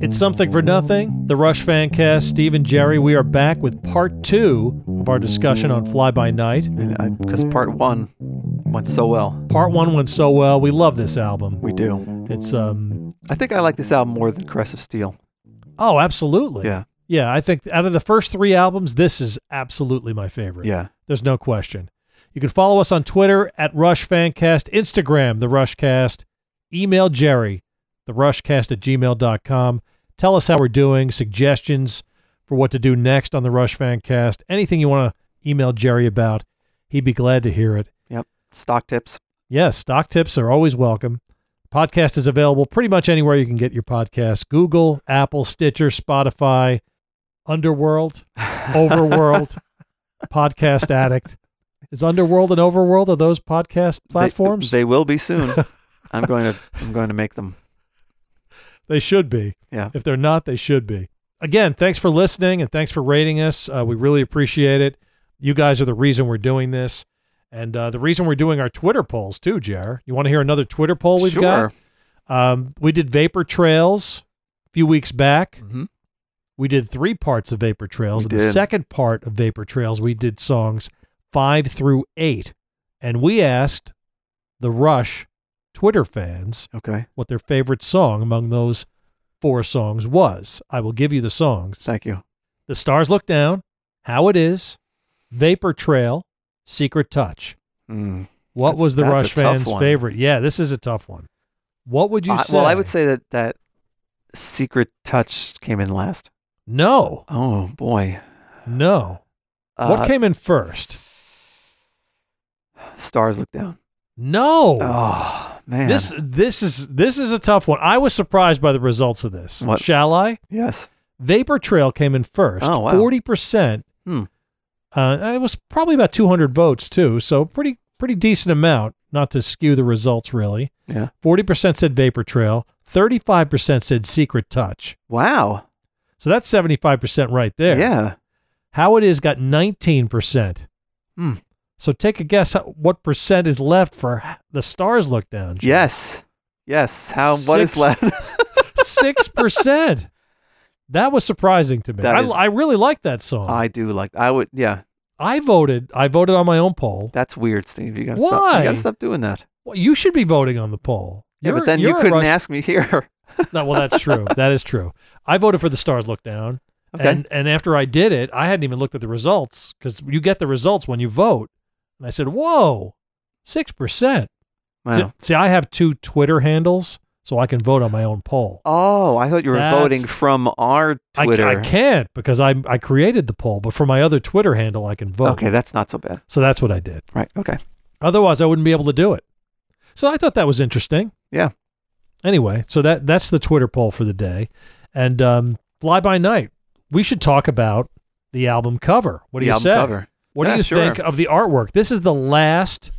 It's Something for Nothing, the Rush Fan Cast, Steve and Jerry. We are back with part two of our discussion on Fly By Night. Because part one went so well. Part one went so well. We love this album. We do. It's, um, I think I like this album more than Crest of Steel. oh, absolutely. Yeah. Yeah, I think out of the first three albums, this is absolutely my favorite. Yeah. There's no question. You can follow us on Twitter at RushFanCast, Instagram, The Rushcast, email Jerry, TheRushcast at gmail.com. Tell us how we're doing, suggestions for what to do next on The Rush Fancast, anything you want to email Jerry about. He'd be glad to hear it. Yep. Stock tips. Yes, stock tips are always welcome. Podcast is available pretty much anywhere you can get your podcast Google, Apple, Stitcher, Spotify, Underworld, Overworld, Podcast Addict. Is Underworld and Overworld are those podcast They- platforms? They, will be soon. I'm going to I'm going to make them. They should be. Yeah. If they're not, they should be. Again, thanks for listening and thanks for rating us. Uh, we really appreciate it. You guys are the reason we're doing this. And uh, the reason we're doing our Twitter polls too, Jer. You want to hear another Twitter poll we've sure. got? Um, we did Vapor Trails a few weeks back. Mhm. We did three parts of Vapor Trails. We and the did. second part of Vapor Trails, we did songs five through eight. And we asked the Rush Twitter fans Okay. what their favorite song among those four songs was. I will give you the songs Thank you. The Stars Look Down, How It Is, Vapor Trail, Secret Touch. Mm. What That's- was the that's a Rush tough fans' one. favorite? Yeah, this is a tough one. What would you I- say? well, I would say that that Secret Touch came in last. no, Oh boy. no. Uh, what came in first? stars look down. No. Oh man. this this is this is a tough one. I was surprised by the results of this. What? Shall I? yes. Vapor Trail came in first. Oh, wow. Forty percent. Hmm. Uh, and it was probably about two hundred votes too, so pretty pretty decent amount. Not to skew the results really. Yeah. Forty percent said Vapor Trail. Thirty-five percent said Secret Touch. Wow. So that's seventy-five percent right there. Yeah. How it is got nineteen percent. Hmm. So take a guess how, what percent is left for h- the stars look down. Yes. Yes. How? What is Six- left? Six percent. That was surprising to me. That I, is- I really like that song. I do like. I would. Yeah. I voted. I voted on my own poll. That's weird, Steve. You gotta stop. You Why? gotta stop doing that. Well, you should be voting on the poll. Yeah, You're- but then you you're a couldn't Rush- ask me here. No, well, that's true. that is true. I voted for the stars look down, Okay. and and after I did it, I hadn't even looked at the results because you get the results when you vote. And I said, "Whoa, six percent." Wow. See, I have two Twitter handles, so I can vote on my own poll. Oh, I thought you were That's- voting from our I- Twitter. I, can't because I I created the poll, but for my other Twitter handle, I can vote. Okay, that's not so bad. So that's what I did. Right. Okay. Otherwise, I wouldn't be able to do it. So I thought that was interesting. Yeah. Anyway, so that that's the Twitter poll for the day, and um, fly by night. We should talk about the album cover. What do the you album say? cover. What Yeah, do you sure. think of the artwork? This is the last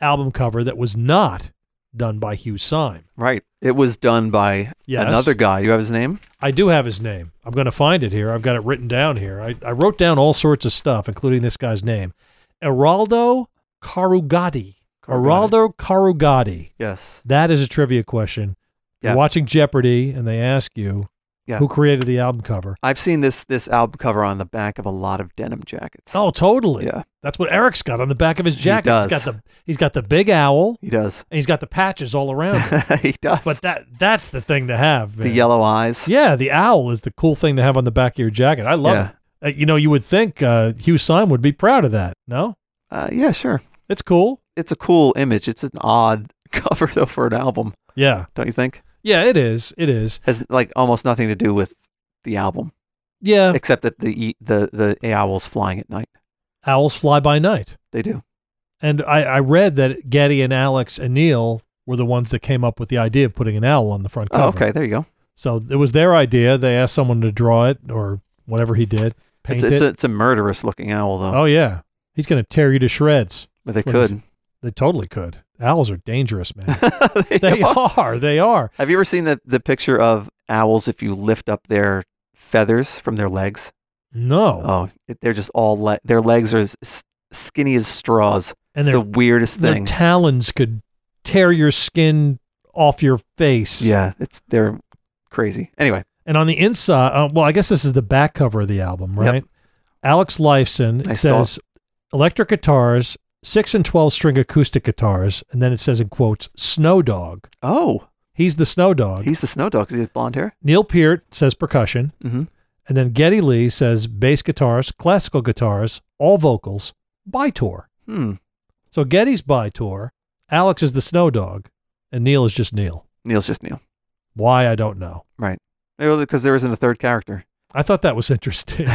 album cover that was not done by Hugh Syme. Right. It was done by Yes. another guy. You have his name? I do have his name. I'm going to find it here. I've got it written down here. I, I wrote down all sorts of stuff, including this guy's name, Eraldo Carugati. Carugati. Eraldo Carugati. Yes. That is a trivia question. If Yeah. You're watching Jeopardy and they ask you Yeah. who created the album cover. I've seen this this album cover on the back of a lot of denim jackets. Oh, totally. yeah, That's what Eric's got on the back of his jacket. He's does. got the he's got the big owl he does. and he's got the patches all around. him. he does. but that that's the thing to have. the man. yellow eyes. Yeah, the owl is the cool thing to have on the back of your jacket. I love Yeah. it. Uh, you know, you would think uh, Hugh Syme would be proud of that. No, Uh, yeah, sure. it's cool. It's a cool image. It's an odd cover though for an album, Yeah, don't you think? yeah, it is. It is. Has like almost nothing to do with the album, Yeah, except that the e- the the owls flying at night. owls fly by night. They do. And I, I read that Getty and Alex and Neil were the ones that came up with the idea of putting an owl on the front cover. Oh, okay. There you go. So it was their idea. They asked someone to draw it or whatever he did, paint It's, it's, it. a, it's a murderous looking owl though, oh yeah, he's gonna tear you to shreds. but they what is- could. They totally could. Owls are dangerous, man. They they are. are. They are. Have you ever seen the the picture of owls if you lift up their feathers from their legs? No. Oh, it, they're just all le- their legs are as s- skinny as straws. and It's their the weirdest their thing. talons could tear your skin off your face. yeah, it's they're crazy. Anyway, And on the inside, uh, well, I guess this is the back cover of the album, Yep. right? Alex Lifeson it I saw it. says electric guitars, six and 12 string acoustic guitars. And then it says in quotes, Snow Dog. Oh, He's the Snow Dog. he's the snow dog. 'cause He has blonde hair. Neil Peart says percussion. Mm-hmm. And then Getty Lee says bass guitars, classical guitars, all vocals, by tour. Hmm. So Getty's by tour, Alex is the Snow Dog, and Neil is just Neil. Neil's just Neil. Why, I don't know. Because there isn't a third character. I thought that was interesting.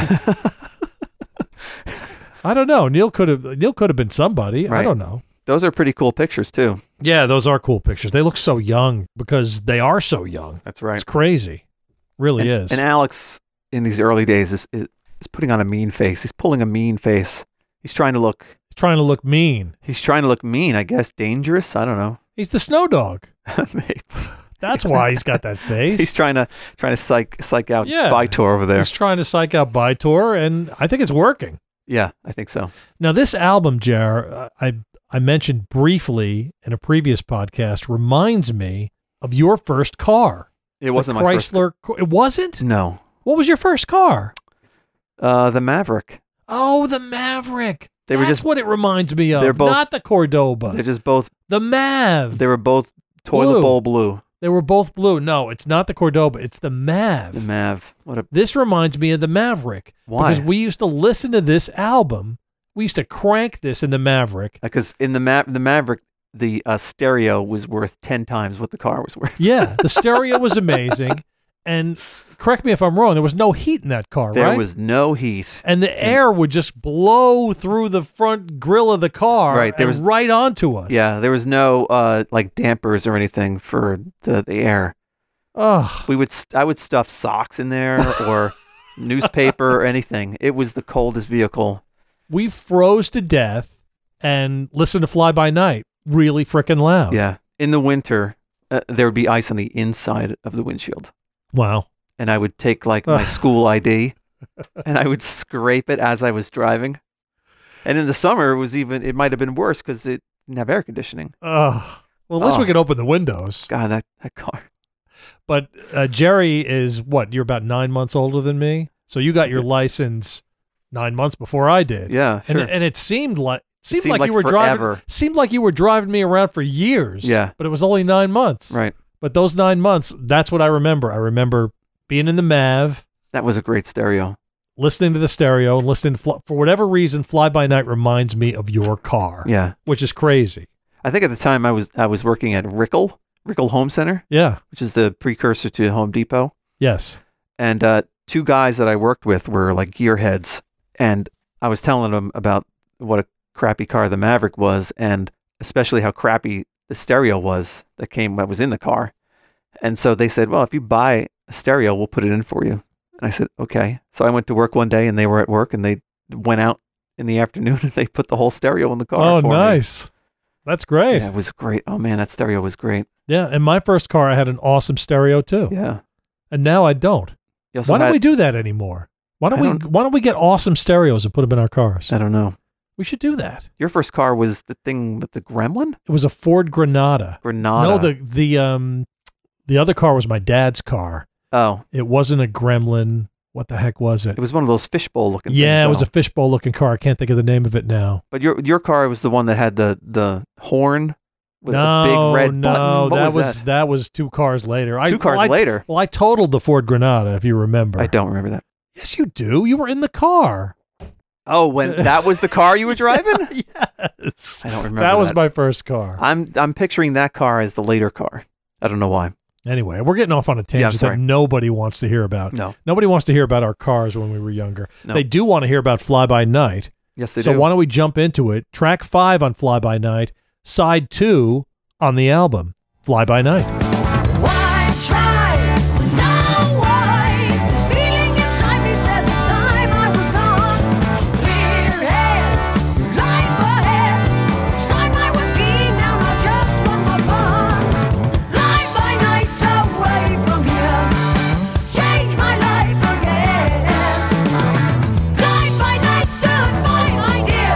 I don't know. Neil could have Neil could have been somebody. I Right. don't know. Those are pretty cool pictures too. Yeah, those are cool pictures. They look so young because they are so young. That's right. It's crazy. Really and, is. and Alex in these early days is, is is putting on a mean face. He's pulling a mean face. He's trying to look. Trying to look mean. He's trying to look mean. I guess dangerous. I don't know. He's the snow dog. Maybe. That's why he's got that face. He's trying to trying to psych psych out Yeah. Vitor over there. He's trying to psych out Bytor, and I think it's working. Yeah, I think so. Now, this album, Jar, uh, I I mentioned briefly in a previous podcast, reminds me of your first car. It wasn't the my first. Chrysler. Cor- it wasn't. No, What was your first car? uh, the Maverick. Oh, the Maverick. They were That's just- what it reminds me of. they're both- not the They're Cordoba. just both. The Mav. They were both toilet Blue. bowl blue. They were both blue. No, it's not the Cordoba. It's the Mav. The Mav. What a this reminds me of the Maverick why? because we used to listen to this album. We used to crank this in the Maverick Because uh, in the Ma- the Maverick, the uh, stereo was worth ten times what the car was worth. Yeah, the stereo was amazing. And correct me if I'm wrong, there was no heat in that car, there right? was Mm. no heat. and the air would just blow through the front grill of the car Right, there and was- right onto us. Yeah, there was no uh, like dampers or anything for the, the air. Ugh. We would st- I would stuff socks in there or newspaper or anything. It was the coldest vehicle. We froze to death and listened to Fly By Night really freaking loud. Yeah, in the winter uh, there would be ice on the inside of the windshield, Wow. and I would take like my Ugh. school ID and I would scrape it as I was driving. And in the summer it was even it might have been worse because it didn't have air conditioning. Ugh. Well, at least Oh. we could open the windows. God, that, that car. But uh, Jerry is what? You're about nine months older than me. So you got your Yeah. license nine months before I did. Yeah, and sure. it, and it seemed like seemed, seemed like, like you were driving forever. seemed like you were driving me around for years. Yeah. but it was only nine months. right. But those nine months, that's what I remember. I remember being in the Mav, That was a great stereo. listening to the stereo, and listening to fly, for whatever reason, Fly By Night reminds me of your car, Yeah. which is crazy. I think at the time I was I was working at Rickel Rickel Home Center, Yeah. which is the precursor to Home Depot. Yes. And uh, two guys that I worked with were like gearheads, and I was telling them about what a crappy car the Maverick was, and especially how crappy the stereo was that came that was in the car. And so they said, "Well, if you buy a stereo, we'll put it in for you." And I said, "Okay." So I went to work one day, and they were at work, and they went out in the afternoon, and they put the whole stereo in the car. Oh, for me. nice. That's great. Yeah, Yeah. it was great. Oh man, that stereo was great. And my first car, I had an awesome stereo too, Yeah. and now I don't. You also Oh. why don't had- we do that anymore? Why don't I we? don't- Why don't we get awesome stereos and put them in our cars? I don't know. We should do that. Your first car was the thing with the Gremlin, It was a Ford Granada. Granada. No, the the um the other car was my dad's car. oh, It wasn't a Gremlin. What the heck was it? it was one of those fishbowl looking. yeah, things, it was though. a fishbowl looking car. I can't think of the name of it now. But your your car was the one that had the the horn with no, a big red no, button. What that was, that? was two cars later. I, Two well, cars I- later. Well, I totaled the Ford Granada, if you remember. I don't remember that. Yes, you do. You were in the car. Oh, when that was the car you were driving? yes. I don't remember. That was that. my first car. I'm I'm picturing that car as the later car. I don't know why. anyway, we're getting off on a tangent sorry. that nobody wants to hear about. No. Nobody wants to hear about our cars when we were younger. No. They do want to hear about fly by night. Yes, they so do. why don't we jump into it? Track five on Fly By Night, side two on the album, Fly By Night. Why try when now why? This feeling inside me says it's time I was gone. Clear head, life ahead. It's time I was keen, now not just for my fun. Fly by night away from here. Change my life again. Fly by night, goodbye, my dear.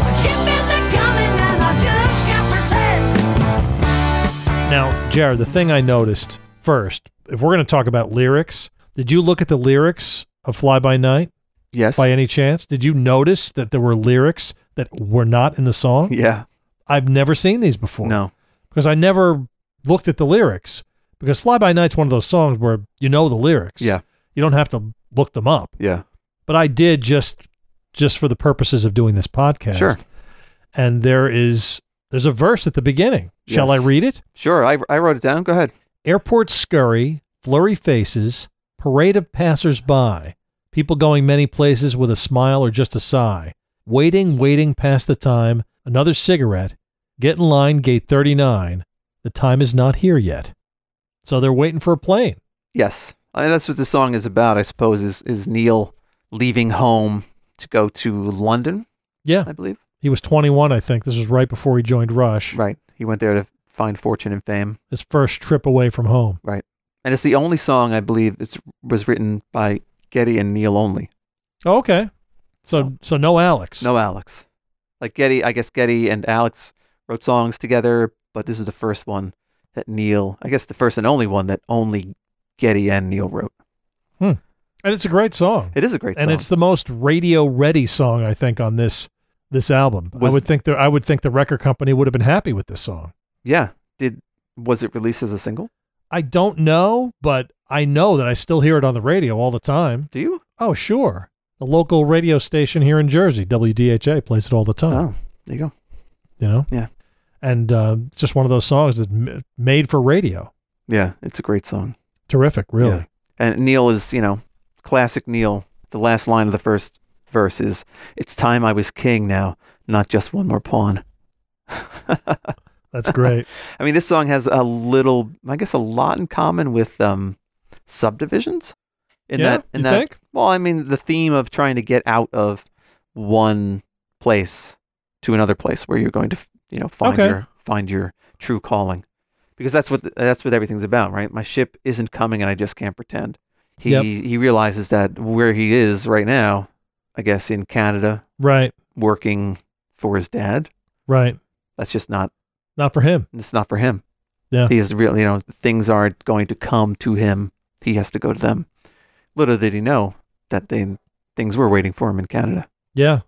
My ship isn't coming and I just can't pretend. Now, Jared, the thing I noticed first, if we're going to talk about lyrics, Did you look at the lyrics of Fly By Night Yes. by any chance? Did you notice that there were lyrics that were not in the song? Yeah. I've never seen these before. No. Because I never looked at the lyrics. Because Fly By Night's one of those songs where you know the lyrics. Yeah. You don't have to look them up. Yeah. but I did just just for the purposes of doing this podcast. Sure. And there is there's a verse at the beginning. Shall I Yes. read it? Sure. I, I wrote it down. Go ahead. Airport scurry, flurry faces, parade of passers-by, people going many places with a smile or just a sigh, waiting, waiting past the time, another cigarette, get in line, gate 39, the time is not here yet. So they're waiting for a plane. Yes. I mean, that's what the song is about, I suppose, is, is Neil leaving home to go to London, Yeah, I believe. he was 21, I think. This was right before he joined Rush, Right. He went there to find fortune and fame. his first trip away from home. And it's the only song, I believe, it was written by Getty and Neil only. Oh, okay. So So- so no Alex. No Alex. Like Getty, I guess Getty and Alex wrote songs together, but this is the first one that Neil, I guess the first and only one that only Getty and Neil wrote. And it's a great song. It is a great and song. it's the most radio ready song I think on this this album. I Was- would think the I would think the record company would have been happy with this song. yeah. Did was it released as a single? I don't know, but I know that I still hear it on the radio all the time. Do you? Oh, sure. The local radio station here in Jersey, WDHA, plays it all the time. Oh, there you go. You know? Yeah. And uh, it's just one of those songs that's m- made for radio. Yeah, it's a great song. Terrific, really. Yeah. And Neil is, you know, classic Neil. The last line of the first verse is, "It's time I was king now, not just one more pawn." I That's great. mean, this song has a little, I guess, a lot in common with um, subdivisions. In yeah? that, in you that, think? well, I mean, the theme of trying to get out of one place to another place where you're going to, you know, find Okay. your find your true calling, because that's what that's what everything's about, right? My ship isn't coming, and I just can't pretend. He Yep. he realizes that where he is right now, I guess in Canada, Right, working for his dad, right. that's just not Not for him. it's not for him. Yeah. He is really, you know, things aren't going to come to him. He has to go to them. Little did he know that they things were waiting for him in Canada. Yeah.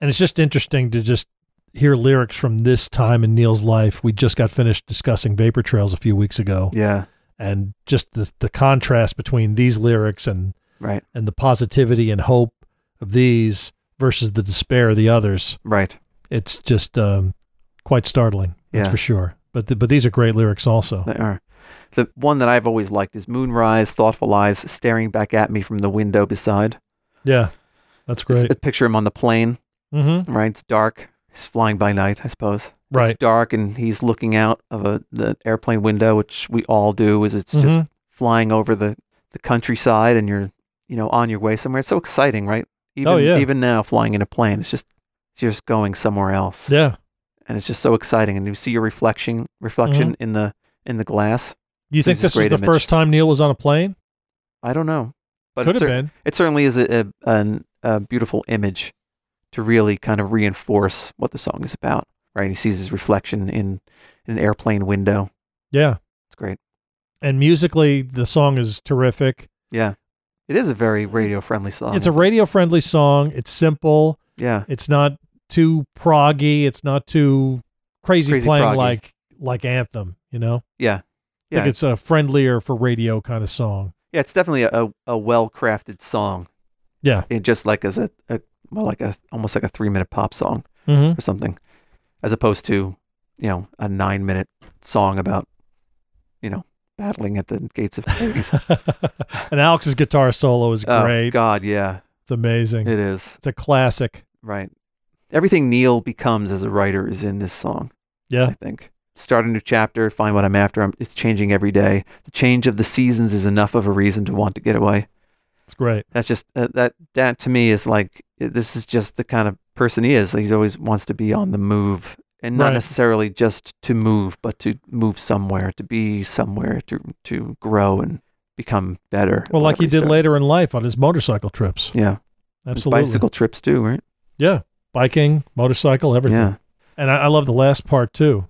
And it's just interesting to just hear lyrics from this time in Neil's life. We just got finished discussing Vapor Trails a few weeks ago Yeah. and just the, the contrast between these lyrics and, Right. and the positivity and hope of these versus the despair of the others. Right. It's just um, quite startling. That's Yeah. for sure. But the, but these are great lyrics also. They are. The one that I've always liked is Moonrise, Thoughtful Eyes, staring back at me from the window beside. Yeah. That's great. It's, it picture him on the plane, mm-hmm. right? It's dark. He's flying by night, I suppose. Right. It's dark and he's looking out of a the airplane window, which we all do is it's just Mhm. flying over the, the countryside and you're you know on your way somewhere it's so exciting right even Oh, yeah. even now flying in a plane it's just it's just going somewhere else Yeah. and it's just so exciting and you see your reflection reflection Mm-hmm. in the in the glass You This think is this is great the image. first time Neil was on a plane? i don't know but Could have it, cer- been. it certainly is a, a, an, a beautiful image to really kind of reinforce what the song is about right he sees his reflection in, in an airplane window Yeah. it's great And musically, the song is terrific. yeah it is a very radio friendly song it's a isn't it? radio friendly song. It's simple. yeah It's not too proggy. It's not too crazy, Crazy playing proggy. like like anthem. You know, I yeah think Yeah. it's a friendlier for radio kind of song. Yeah, it's definitely a, a, a well crafted song. Yeah. It just like as a, a well, like a almost like a three minute pop song Mm-hmm. or something, as opposed to you know a nine minute song about you know battling at the gates of Hades. and Alex's guitar solo is oh great. God, yeah, it's amazing. it is it's a classic. right. Everything Neil becomes as a writer is in this song. Yeah. I think. Start a new chapter, find what I'm after. I'm, it's changing every day. The change of the seasons is enough of a reason to want to get away. It's great. that's just uh, that that to me is like uh, this is just the kind of person he is he's always wants to be on the move and not Right. necessarily just to move but to move somewhere to be somewhere to to grow and become better at Well, like whatever he did he's later in life on his motorcycle trips. doing. yeah His Absolutely. bicycle trips too right Yeah. Biking, motorcycle, everything. yeah And I, I love the last part too.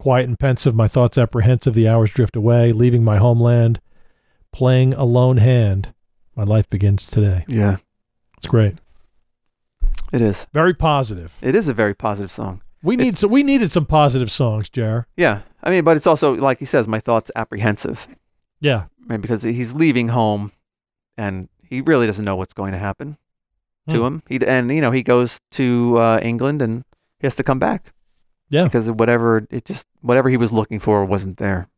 Quiet and pensive, my thoughts apprehensive, the hours drift away, leaving my homeland. playing a lone hand. My life begins today. Yeah, It's great. it is. Very positive. It is a very positive song. We need It's- so we needed some positive songs, Jar. Yeah, I mean, but it's also like he says, my thoughts apprehensive, Yeah. right? Because he's leaving home, and he really doesn't know what's going to happen Hmm. to him. He and you know he goes to uh, England and he has to come back. Yeah. because whatever it just whatever he was looking for wasn't there,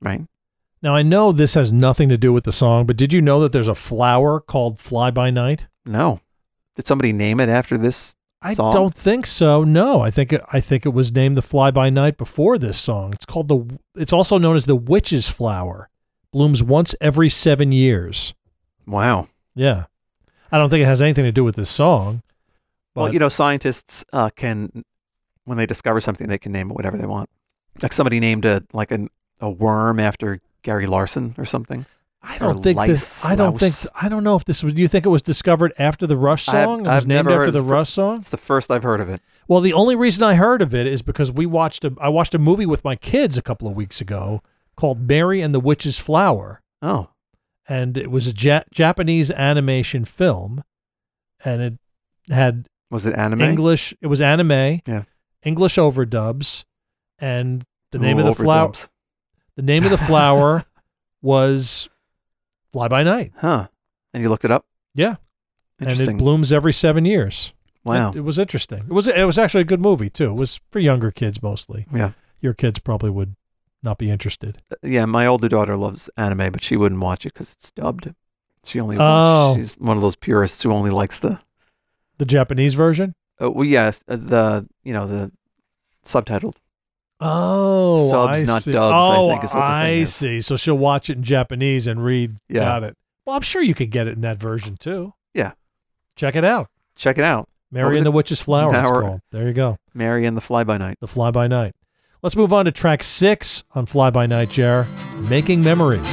right? Now I know this has nothing to do with the song, but did you know that there's a flower called Fly by Night? No, did somebody name it after this? I Song? don't think so. No, I think it, I think it was named the Fly by Night before this song. It's called the. It's also known as the Witch's Flower. Blooms once every seven years. Wow. Yeah, I don't think it has anything to do with this song. But well, you know, scientists uh, can, when they discover something, they can name it whatever they want. Like somebody named a like an, a worm after Gary Larson or something. I or don't think this. lice, I don't think. louse. I don't know if this was. Do you think it was discovered after the Rush I have- song? it was I've named never after heard the of the fir- Rush song. It's the first I've heard of it. Well, the only reason I heard of it is because we watched a I watched a movie with my kids a couple of weeks ago called Mary and the Witch's Flower, Oh, and it was a ja- Japanese animation film, and it had was it anime? English. It was anime. Yeah. English overdubs, and the name Ooh, of the flower. overdubs. The name of the flower was Fly by Night. Huh? And you looked it up. Yeah, and Interesting. it blooms every seven years. wow. It, it was interesting. It was it was actually a good movie too. It was for younger kids mostly. yeah. Your kids probably would not be interested. Yeah. My older daughter loves anime, but she wouldn't watch it because it's dubbed. She only. Oh. Watched, she's one of those purists who only likes the. The Japanese version? Uh, well, yes, uh, the you know the subtitled. Oh, Subs, I not see. dubs, I Oh, think is what the thing I is. see. So she'll watch it in Japanese and read. Yeah. Got it. Well, I'm sure you could get it in that version too. Yeah. Check it out. Check it out. Mary was and it? the Witch's Flower. It's Hour. called. There you go. Mary and the Fly By Night. The Fly By Night. Let's move on to track six on Fly By Night, Jar. Making Memories.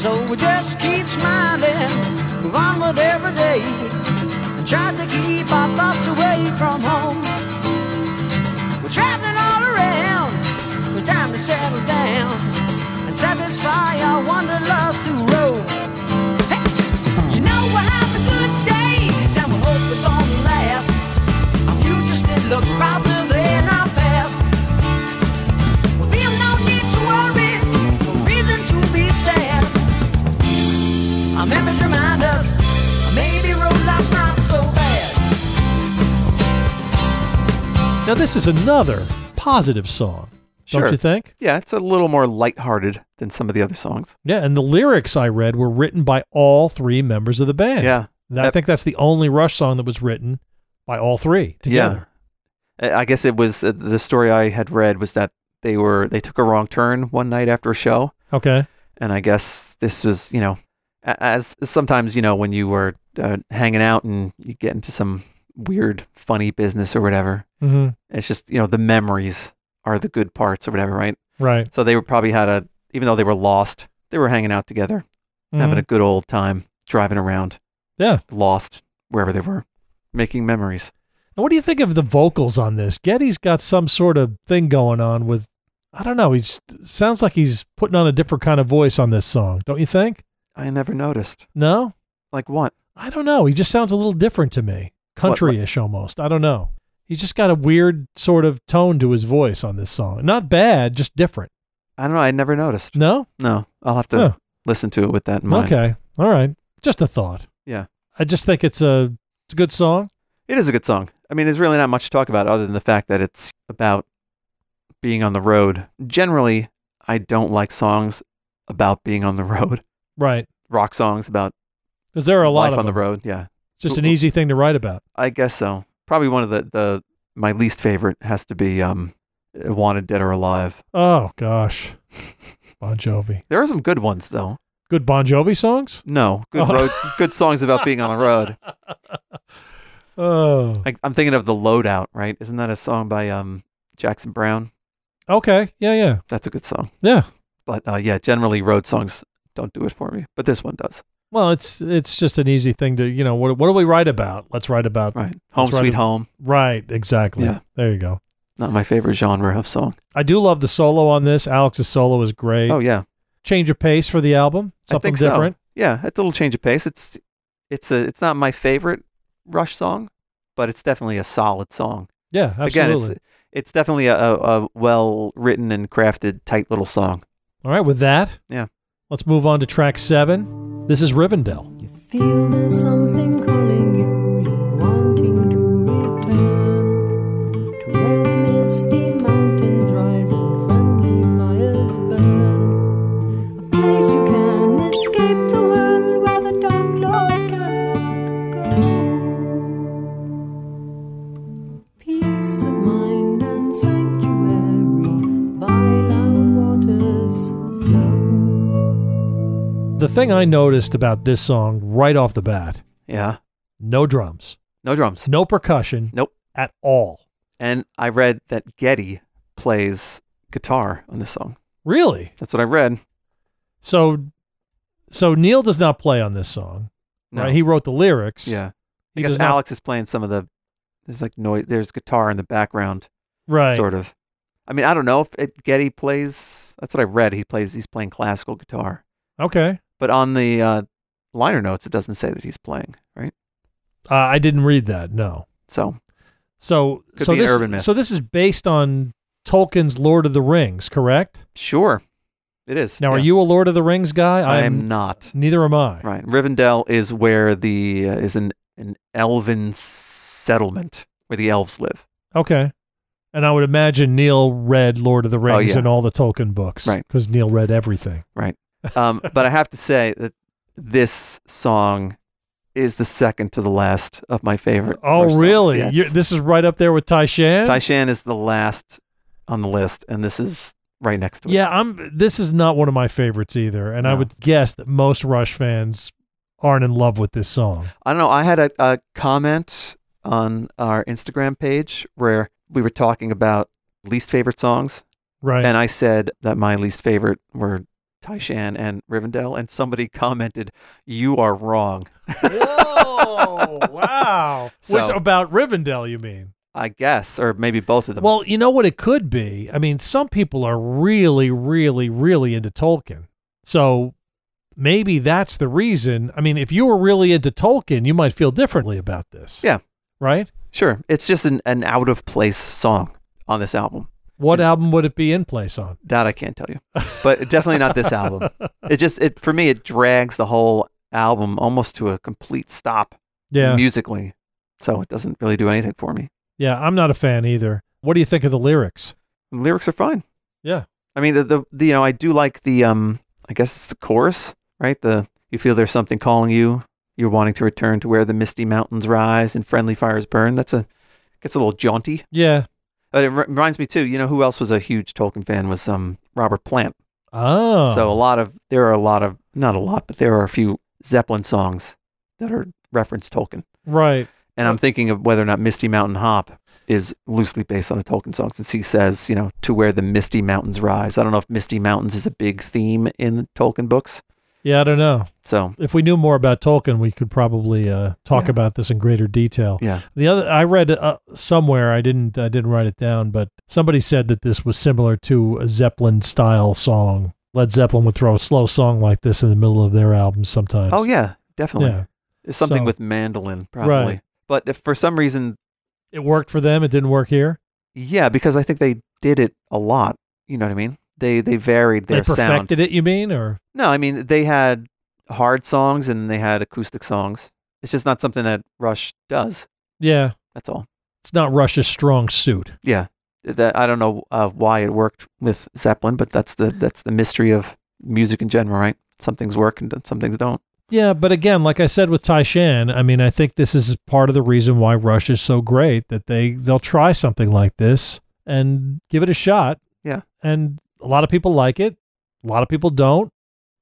So we just keep smiling, move on with every day, and try to keep our thoughts away from home. We're traveling all around, it's time to settle down and satisfy our wanderlust to roam. Hey! You know we're having good days, and we hope it's gonna last. Our future still looks brighter than our past. We feel no need to worry, no reason to be sad. Our memories remind us maybe road life's not so bad. Now, this is another positive song. Sure. Don't you think? Yeah, it's a little more lighthearted than some of the other songs. Yeah. And the lyrics I read were written by all three members of the band. Yeah. And I Yep. think that's the only Rush song that was written by all three together. Yeah. I I guess it was uh, the story I had read was that they were they took a wrong turn one night after a show, Okay. and I guess this was you know, a- as sometimes you know when you were uh, hanging out and you get into some weird funny business or whatever. hmm It's just you know the memories are the good parts or whatever, right? Right. So they were probably had a even though they were lost, they were hanging out together, having a Mhm. good old time, driving around, yeah. lost wherever they were, making memories. And what do you think of the vocals on this? Getty's got some sort of thing going on with, I don't know. He's sounds like he's putting on a different kind of voice on this song, don't you think? I never noticed. No, Like what? I don't know. He just sounds a little different to me, What- what- country-ish almost. I don't know. He's just got a weird sort of tone to his voice on this song. Not bad, just different. I don't know. I never noticed. No. No, I'll have to Huh. listen to it with that in mind. Okay. All right. Just a thought. Yeah. I just think it's a it's a good song. It is a good song. I mean, there's really not much to talk about other than the fact that it's about being on the road. Generally, I don't like songs about being on the road. Right. Rock songs about Because there are a lot life of on the them. road. Yeah, It's Just an easy thing to write about. I guess so. Probably one of the, the my least favorite has to be um, "Wanted Dead or Alive." Oh gosh, Bon Jovi. There are some good ones though. Good Bon Jovi songs. No, good Oh. road, good songs about being on the road. Oh, I, I'm thinking of the Loadout, right? Isn't that a song by um Jackson Brown? okay. Yeah, yeah, That's a good song. yeah. But uh, yeah, generally road songs don't do it for me, but this one does. Well, it's it's just an easy thing to you know. What what do we write about? Let's write about Right, Home That's right. Sweet Home, right. Exactly. Yeah. There you go. not my favorite genre of song. I do love the solo on this. Alex's solo is great. Oh yeah, change of pace for the album. Something I think different. So. Yeah, a little change of pace. It's it's a it's not my favorite Rush song, but it's definitely a solid song. Yeah, absolutely. Again, it's it's definitely a, a, a well written and crafted tight little song. All right, with that, Yeah. let's move on to track seven. This is Rivendell. You feel there's something calling you, you're wanting to return to where the misty mountains rise and friendly fires burn. A place you can escape the world where the dark lord cannot go. Peace of mind and sanctuary by loud waters flow. The thing I noticed about this song right off the bat Yeah, no drums, no drums. no percussion Nope. at all. And I read that Getty plays guitar on this song. Really? That's what I read. So, so Neil does not play on this song. No. Right? He wrote the lyrics. yeah. I He guess does not- Alex is playing some of the there's like noise there's guitar in the background Right. sort of. I mean, I don't know if it, Getty plays that's what I read. He plays he's playing classical guitar. Okay. But on the uh, liner notes it doesn't say that he's playing, right? Uh, I didn't read that. No. So So, Could so be an this, urban myth. so this is based on Tolkien's Lord of the Rings, correct? sure. It is. Now, are yeah. you a Lord of the Rings guy? I am not. Neither am I. Right. Rivendell is where the uh, is an an elven settlement where the elves live. Okay. And I would imagine Neil read Lord of the Rings Oh, yeah. and all the Tolkien books, Right. Because Neil read everything. um, but I have to say that this song is the second to the last of my favorite. Oh, Rush songs. really? Yes. You- This is right up there with Taishan. Taishan is the last on the list, and this is right next to it. Yeah, I'm. This is not one of my favorites either, and I No. would guess that most Rush fans aren't in love with this song. I don't know. I had a, a comment on our Instagram page where we were talking about least favorite songs, Right. and I said that my least favorite were Taishan and Rivendell, and somebody commented, "You are wrong." Whoa! Wow. Which So- about Rivendell? You mean? I guess, or maybe both of them. Well, you know what it could be. I mean, some people are really, really, really into Tolkien, so maybe that's the reason. I mean, if you were really into Tolkien, you might feel differently about this. Yeah. Right. sure, it's just an, an out of place song on this album. What album would it be in place on? That I can't tell you, but definitely not this album. It just it for me it drags the whole album almost to a complete stop Yeah. musically, so it doesn't really do anything for me. Yeah. I'm not a fan either. What do you think of the lyrics? The lyrics are fine. Yeah. I mean the, the the you know I do like the um I guess it's the chorus right the you feel there's something calling you you're wanting to return to where the misty mountains rise and friendly fires burn that's a gets a little jaunty Yeah. but it re- reminds me too you know who else was a huge Tolkien fan was um Robert Plant Oh. So a lot of there are a lot of not a lot, but there are a few Zeppelin songs that are reference Tolkien. right. And I'm thinking of whether or not Misty Mountain Hop is loosely based on a Tolkien song, since he says, you know, to where the misty mountains rise. I don't know if misty mountains is a big theme in the Tolkien books. Yeah. I don't know. So If we knew more about Tolkien, we could probably uh, talk Yeah. about this in greater detail. yeah, The other I read uh, somewhere I didn't I didn't write it down, but somebody said that this was similar to a Zeppelin style song. Led Zeppelin would throw a slow song like this in the middle of their albums sometimes. oh yeah, definitely. yeah. It's something So- with mandolin probably. But if for some reason, It worked for them. It didn't work here. yeah, because I think they did it a lot. You know what I mean? They they varied their they sound. perfected it. You mean or No, I mean they had hard songs and they had acoustic songs. It's just not something that Rush does. yeah? That's all. It's not Rush's strong suit. Yeah, that I don't know uh, why it worked with Zeppelin, but that's the that's the mystery of music in general, right? Some things work and some things don't. Yeah, but again, like I said with Taishan, I mean, I think this is part of the reason why Rush is so great that they they'll try something like this and give it a shot. Yeah. And a lot of people like it, a lot of people don't.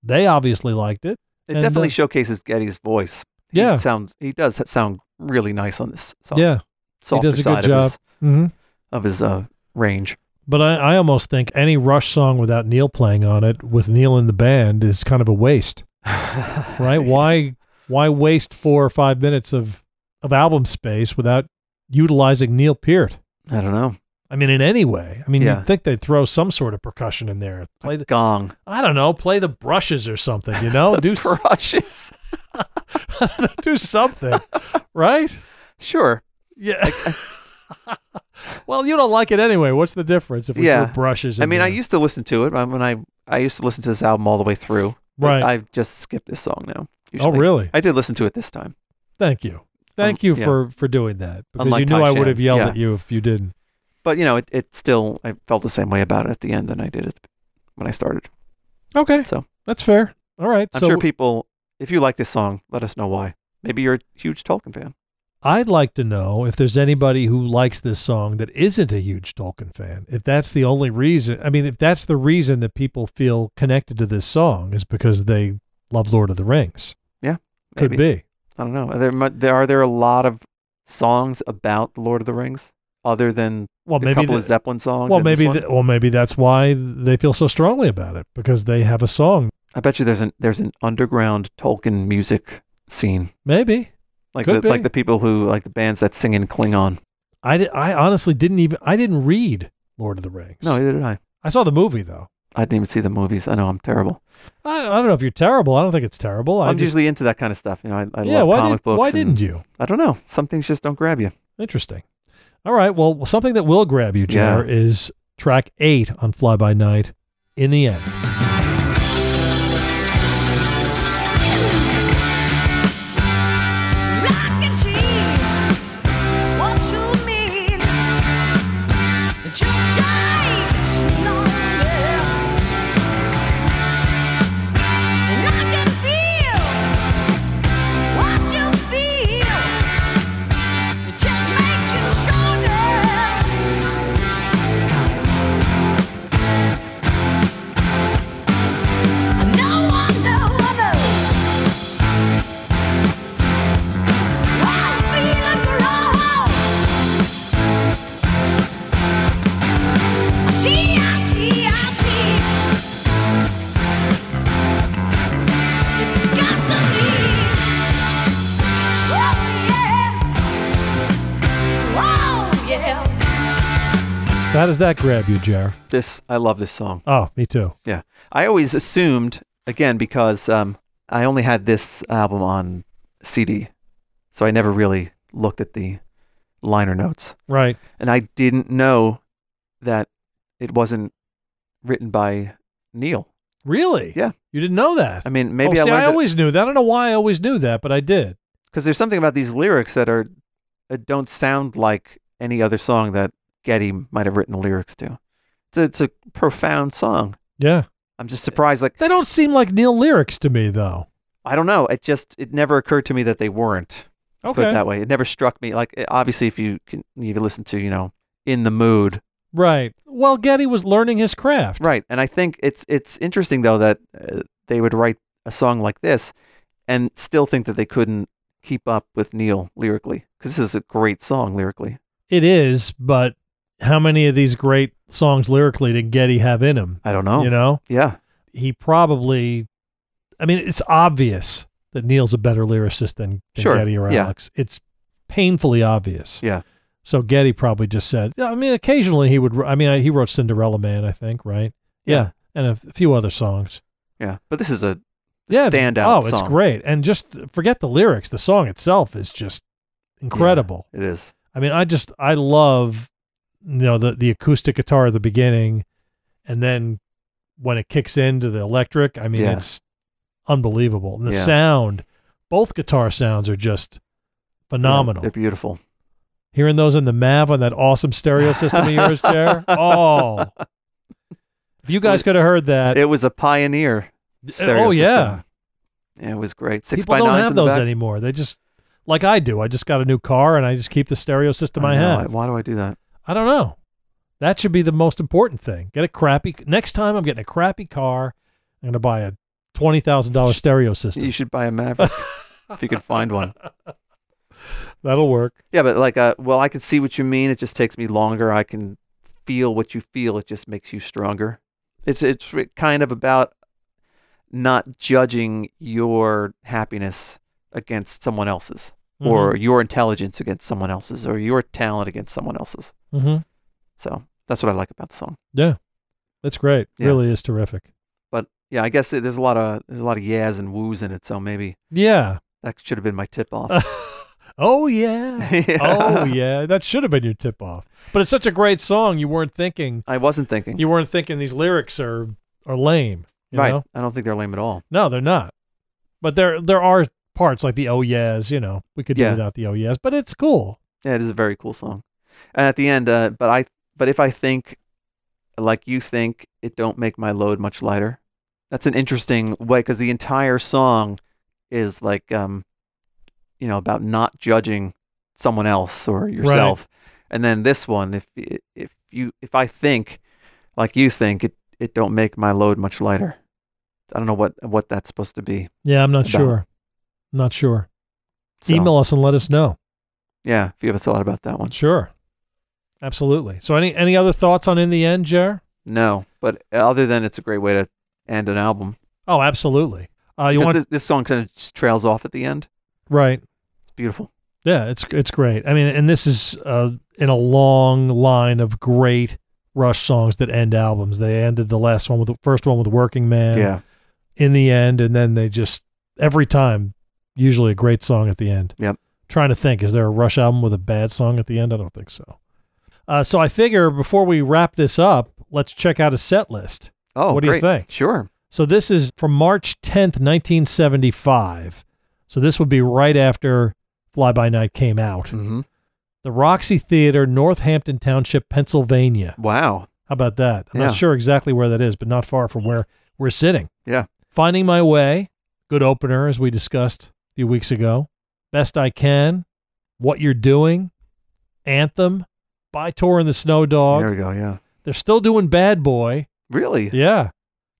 They obviously liked it. It And, definitely uh, showcases Getty's voice. Yeah. he sounds he does sound really nice on this song. yeah. softer does a good side job. of his hmm of his uh, range. But I, I almost think any Rush song without Neil playing on it with Neil in the band is kind of a waste, right? why why waste four or five minutes of of album space without utilizing Neil Peart? I don't know. I mean, in any way. I mean, Yeah. you'd think they'd throw some sort of percussion in there. Play the, Gong. I don't know, play the brushes or something. You know, do s- Brushes. do something, right? Sure. Yeah. well, you don't like it anyway. What's the difference if we Yeah. threw brushes? In I mean, I there? used to listen to it um, when I I used to listen to this album all the way through. but Right. I've just skipped this song now. Oh, usually. really? I did listen to it this time. Thank you. Thank you yeah. for for doing that because Unlike you knew I Tasha, would have yelled yeah. at you if you didn't. But you know, it, it still I felt the same way about it at the end than I did it when I started. Okay. So. that's fair. All right. I'm so sure people if you like this song, let us know why. Maybe you're a huge Tolkien fan. I'd like to know if there's anybody who likes this song that isn't a huge Tolkien fan. If that's the only reason, I mean, if that's the reason that people feel connected to this song is because they love Lord of the Rings. Maybe. Could be. I don't know. Are there, mu- there are there a lot of songs about the Lord of the Rings other than Well, a maybe couple of the- Zeppelin songs? Well, and this maybe one? th- well, maybe that's why they feel so strongly about it because they have a song. I bet you there's an there's an underground Tolkien music scene, Maybe like Could the, like be. the people who like the bands that sing in Klingon. I di- I honestly didn't even I didn't read Lord of the Rings. No, neither did I. I saw the movie though. I didn't even see the movies. I know I'm terrible. I, I don't know if you're terrible. I don't think it's terrible. I I'm just, usually into that kind of stuff. You know, I, I yeah. love why comic did, books. why and- didn't you? I don't know. Some things just don't grab you. Interesting. All right. Well, something that will grab you, Jer, Yeah. is track eight on Fly By Night. In the end, I can see what you mean. Just shines lonely, and I can feel what you feel. It just makes you stronger. No one, no other. I'm feeling wrong. I see, I see, I see. It's got to be. Oh yeah. Oh yeah. so how does that grab you, Jer? This I love this song. Oh, me too. Yeah, I always assumed again because um, I only had this album on CD, so I never really looked at the liner notes, Right. and I didn't know that it wasn't written by Neil. Really? Yeah. You didn't know that. I mean, maybe oh, I see, I learned always knew that. I don't know why I always knew that, but I did. because there's something about these lyrics that are that don't sound like any other song that Getty might have written the lyrics to. It's a, it's a profound song. Yeah. I'm just surprised. Like They don't seem like Neil lyrics to me, though. I don't know. It just it never occurred to me that they weren't. Let's Put it that way. It never struck me. Like it- obviously, if you can, you can listen to you know in the mood, Right. Well, Getty was learning his craft. right? And I think it's it's interesting though that uh, they would write a song like this and still think that they couldn't keep up with Neil lyrically because this is a great song lyrically. It is, but how many of these great songs lyrically did Getty have in him? I don't know. You know, Yeah. he probably. I mean, it's obvious that Neil's a better lyricist than, than Sure, Getty or yeah. Alex. It's painfully obvious. Yeah. So Getty probably just said. I mean, occasionally he would. I mean, I, he wrote Cinderella Man, I think, right? Yeah. and a, f- few other songs. Yeah, but this is a Yeah, it's- standout Oh, song. it's great. And just forget the lyrics. The song itself is just incredible. It is. I mean, I just I love you know the the acoustic guitar at the beginning, and then when it kicks into the electric, I mean Yeah. it's unbelievable. And the Yeah. sound, both guitar sounds are just phenomenal. They're beautiful. Hearing those in the Mav on that awesome stereo system of yours, Jer. Oh, if you guys It- could have heard that. It was a pioneer. Stereo oh yeah, system. Yeah, it was great. Six people by don't nines have in the those back. anymore. They just like I do. I just got a new car and I just keep the stereo system I, know, have. Why do I do that? I don't know. That should be the most important thing. Get a crappy. Next time I'm getting a crappy car, I'm going to buy a twenty thousand dollar stereo system. You should buy a Maverick if you can find one. That'll work. Yeah, but like, uh, well, I can see what you mean. It just takes me longer. I can feel what you feel. It just makes you stronger. It's it's re- kind of about not judging your happiness against someone Mm-hmm. else's, or your intelligence against someone else's, or your talent against someone else's. Mhm. Mhm. So that's what I like about the song. That's great. Yeah. Really is terrific. But yeah, I guess it, there's a lot of there's a lot of yeahs and woos in it. So maybe Yeah. that should have been my tip off. oh yeah. Yeah. Uh, Oh yeah. That should have been your tip off. But it's such a great song. You weren't thinking. I wasn't thinking. You weren't thinking these lyrics are are lame. You right. Know? I don't think they're lame at all. No, they're not. But there there are parts like the oh yeahs. You know, we could do Yeah. without the oh yeahs, but it's cool. Yeah, it is a very cool song. And at the end, uh, but I but if I think like you think, it don't make my load much lighter. That's an interesting way because the entire song is like um, you know, about not judging someone else or yourself. And then this one, if if you if I think like you think, it it don't make my load much lighter. I don't know what what that's supposed to be. Yeah, I'm not About- sure. Not sure. So, Email us and let us know. Yeah, if you have a thought about that one. Sure. Absolutely. So any any other thoughts on in the end, Jer? No, but other than it's a great way to end an album. Oh, absolutely. Uh, you Because want this, this song kind of just trails off at the end. right? It's beautiful. Yeah, it's it's great. I mean, and this is uh, in a long line of great Rush songs that end albums. They ended the last one with the first one with "Working Man." yeah, In the end, and then they just every time, usually a great song at the end. Yep. Trying to think, is there a Rush album with a bad song at the end? I don't think so. Uh, so I figure before we wrap this up, let's check out a set list. Oh, What do you great. think? Sure. So this is from March 10th, 1975. So this would be right after Fly By Night came out. hmm The Roxy Theater, Northampton Township, Pennsylvania. Wow. How about that? I'm Yeah. not sure exactly where that is, but not far from where we're sitting. Yeah. Finding My Way, good opener, as we discussed a few weeks ago. Best I Can, What You're Doing, Anthem, By Tour and the Snow Dog. There we go. Yeah. They're still doing Bad Boy. Really? Yeah.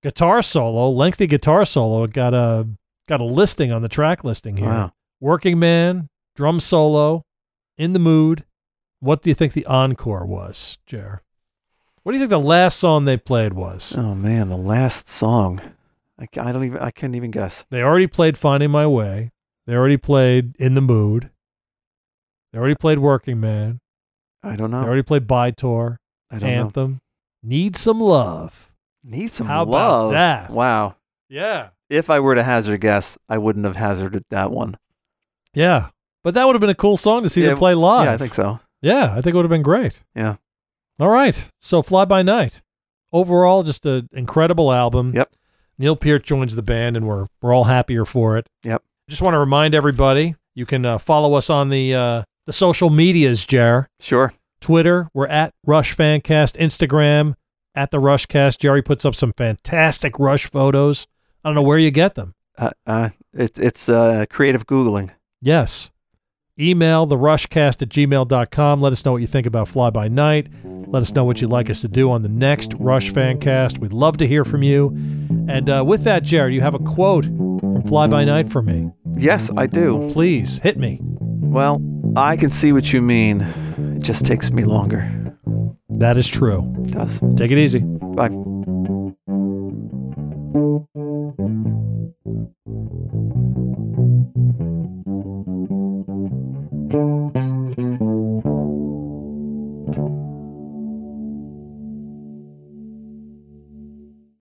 Guitar solo, lengthy guitar solo. It got a got a listing on the track listing here. Wow. Working Man, drum solo, in the mood. What do you think the encore was, Jer? What do you think the last song they played was? Oh man, the last song. I, ca- I don't even. I can't even guess. They already played Finding My Way. They already played In the Mood. They already played Working Man. I don't They know. already played By Tour, Oh. I don't know. Anthem, Need Some Love. Need some How about love. that? Wow. Yeah. If I were to hazard a guess, I wouldn't have hazarded that one. Yeah. But that would have been a cool song to see Yeah, them play live. Yeah, I think so. Yeah, I think it would have been great. Yeah. All right. So Fly By Night. Overall, just an incredible album. Yep. Neil Peart joins the band, and we're we're all happier for it. Yep. Just want to remind everybody you can uh, follow us on the uh, the social medias, Jer. Sure. Twitter, we're at Rush Fancast. Instagram, at the Rushcast. Jerry puts up some fantastic Rush photos. I don't know where you get them. Uh, uh, it, it's uh, creative googling. Yes. Email the rushcast at gmail.com. Let us know what you think about Fly By Night. Let us know what you'd like us to do on the next Rush Fancast. We'd love to hear from you. And uh, with that, Jared, you have a quote from Fly By Night for me. Yes, I Mm-hmm. do. Please hit me. Well, I can see what you mean. It just takes me longer. That is true. It does. Take it easy. Bye.